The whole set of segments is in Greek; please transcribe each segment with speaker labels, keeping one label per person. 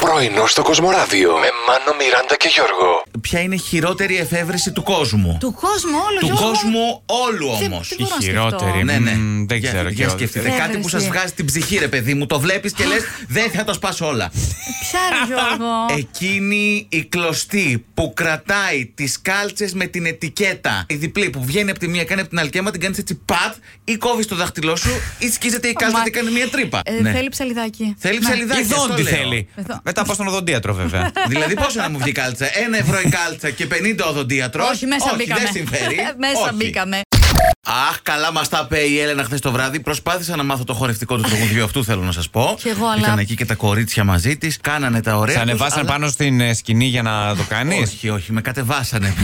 Speaker 1: Πρωινό στο Κοσμοράδιο με Μάνο, Μιράντα και Γιώργο.
Speaker 2: Ποια είναι η χειρότερη εφεύρεση του κόσμου.
Speaker 3: Του κόσμου όλου,
Speaker 2: Του
Speaker 3: Γιώργο.
Speaker 2: κόσμου όλου
Speaker 3: Τι-
Speaker 2: όμως.
Speaker 3: τι
Speaker 4: Η
Speaker 3: μπορώ να
Speaker 4: χειρότερη.
Speaker 3: σκεφτώ.
Speaker 2: Ναι, ναι.
Speaker 4: Μμμ, Δεν
Speaker 2: Για-
Speaker 4: ξέρω.
Speaker 2: Για
Speaker 4: και- Ε,
Speaker 2: σκεφτείτε
Speaker 3: Εφεύρεση.
Speaker 2: κάτι που σας βγάζει την ψυχή, ρε παιδί μου. Το βλέπεις και λες, δεν θα το σπάσω όλα.
Speaker 3: Ποια ρε Γιώργο.
Speaker 2: Ε, Εκείνη η κλωστή που κρατάει τις κάλτσες με την ετικέτα. Η διπλή που βγαίνει από τη μία, κάνει από την άλλη και άμα την κάνεις έτσι πατ ή κόβεις το δάχτυλό σου ή σκίζεται η κάλτσα
Speaker 3: Μα-
Speaker 2: και κάνει μία τρύπα.
Speaker 3: Ε,
Speaker 2: Ναι.
Speaker 3: Θέλει ψαλιδάκι.
Speaker 2: Θέλει
Speaker 3: Ναι.
Speaker 2: ψαλιδάκι.
Speaker 4: Η
Speaker 2: αυτό
Speaker 4: δόντι
Speaker 2: λέω.
Speaker 4: θέλει.
Speaker 3: Εδώ.
Speaker 4: Μετά από στον οδοντίατρο βέβαια.
Speaker 2: Δηλαδή, πόσο να μου βγει η κάλτσα. Ένα ευρώ η κάλτσα και 50 οδοντίατρος.
Speaker 3: Όχι, μέσα μπήκαμε.
Speaker 2: Δεν συμφέρει.
Speaker 3: μέσα
Speaker 2: Όχι.
Speaker 3: μπήκαμε.
Speaker 2: Αχ, καλά μας τα είπε η Έλενα χθες το βράδυ. Προσπάθησα να μάθω το χορευτικό του τραγουδιού αυτού, θέλω να σας πω.
Speaker 3: Κι εγώ, αλλά-
Speaker 2: Ήταν εκεί και τα κορίτσια μαζί της. Κάνανε τα ωραία.
Speaker 4: Θα
Speaker 2: τους,
Speaker 4: ανεβάσαν
Speaker 2: αλλά-
Speaker 4: πάνω στην ε, σκηνή για να το κάνεις.
Speaker 2: Όχι, όχι, με κατεβάσανε.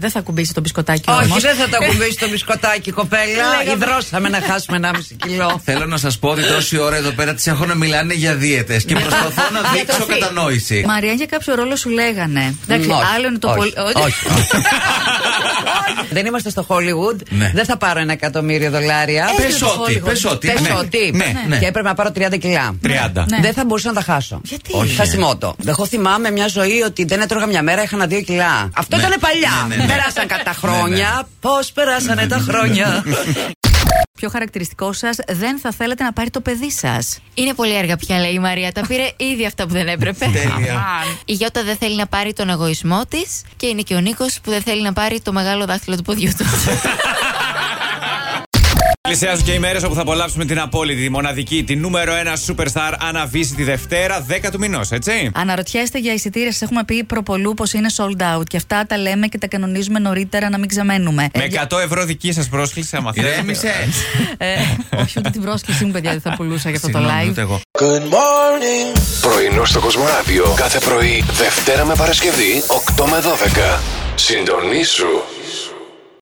Speaker 3: Δεν θα κουμπίσει το μπισκοτάκι
Speaker 5: Όχι,
Speaker 3: όμως.
Speaker 5: δεν θα το κουμπίσει το μπισκοτάκι, κοπέλα. Ιδρώσαμε να χάσουμε 1,5 κιλό.
Speaker 2: Θέλω να σας πω ότι τόση ώρα εδώ πέρα τις έχω να μιλάνε για δίαιτες και προσπαθώ να δείξω
Speaker 3: Διατροφή.
Speaker 2: κατανόηση.
Speaker 3: Μαρία, για κάποιο ρόλο σου λέγανε. Εντάξει,
Speaker 5: Όχι,
Speaker 3: άλλο είναι το
Speaker 5: όχι,
Speaker 3: πολύ.
Speaker 5: όχι, όχι. Δεν είμαστε στο Hollywood.
Speaker 2: Ναι.
Speaker 5: Δεν θα πάρω ένα εκατομμύριο δολάρια.
Speaker 2: Ε,
Speaker 3: Έστειλε
Speaker 2: Πες
Speaker 3: το
Speaker 2: ό,τι,
Speaker 3: Hollywood.
Speaker 2: πες ό,τι.
Speaker 5: Πες
Speaker 2: ναι.
Speaker 5: ότι.
Speaker 4: Ναι,
Speaker 2: ναι.
Speaker 5: Και έπρεπε να πάρω 30 κιλά.
Speaker 4: 30.
Speaker 3: Ναι.
Speaker 5: Δεν θα μπορούσα να τα χάσω.
Speaker 3: Γιατί?
Speaker 2: Όχι. ε.
Speaker 5: Θα σημώτω. Εγώ θυμάμαι μια ζωή ότι δεν έτρωγα μια μέρα, είχα ένα δύο κιλά. Αυτό
Speaker 2: Ναι.
Speaker 5: ήταν παλιά.
Speaker 2: Ναι, ναι, ναι.
Speaker 5: Περάσαν κατά
Speaker 2: Ναι,
Speaker 5: χρόνια. Πώς περάσανε τα χρόνια.
Speaker 3: Πιο χαρακτηριστικό σας, δεν θα θέλετε να πάρει το παιδί σας.
Speaker 6: Είναι πολύ έργα πια, λέει η Μαρία. Τα πήρε ήδη αυτά που δεν έπρεπε.
Speaker 2: Τέλεια.
Speaker 6: η Γιώτα δεν θέλει να πάρει τον εγωισμό της και είναι και ο Νίκος που δεν θέλει να πάρει το μεγάλο δάχτυλο του ποδιού του.
Speaker 4: Πλησιάζουν και οι μέρες όπου θα απολαύσουμε την απόλυτη, τη μοναδική, τη νούμερο 1 superstar Άννα Βύση τη Δευτέρα, 10 του μηνός, έτσι.
Speaker 3: Αναρωτιέστε για εισιτήρια. Σας έχουμε πει προπολού πως είναι sold out. Και αυτά τα λέμε και τα κανονίζουμε νωρίτερα να μην ξαμένουμε. Ε,
Speaker 4: Με
Speaker 3: για-
Speaker 4: 100 ευρώ δική σας πρόσκληση, άμα θέλετε.
Speaker 2: Ηρέμησε.
Speaker 3: ε, όχι, ούτε την πρόσκλησή μου, παιδιά, δεν θα πουλούσα για αυτό το
Speaker 2: Συγγνώμη,
Speaker 3: live.
Speaker 2: ούτε εγώ.
Speaker 1: Πρωινό στο Κοσμοράδιο κάθε πρωί, Δευτέρα με Παρασκευή, 8 με 12. Συντονίσου.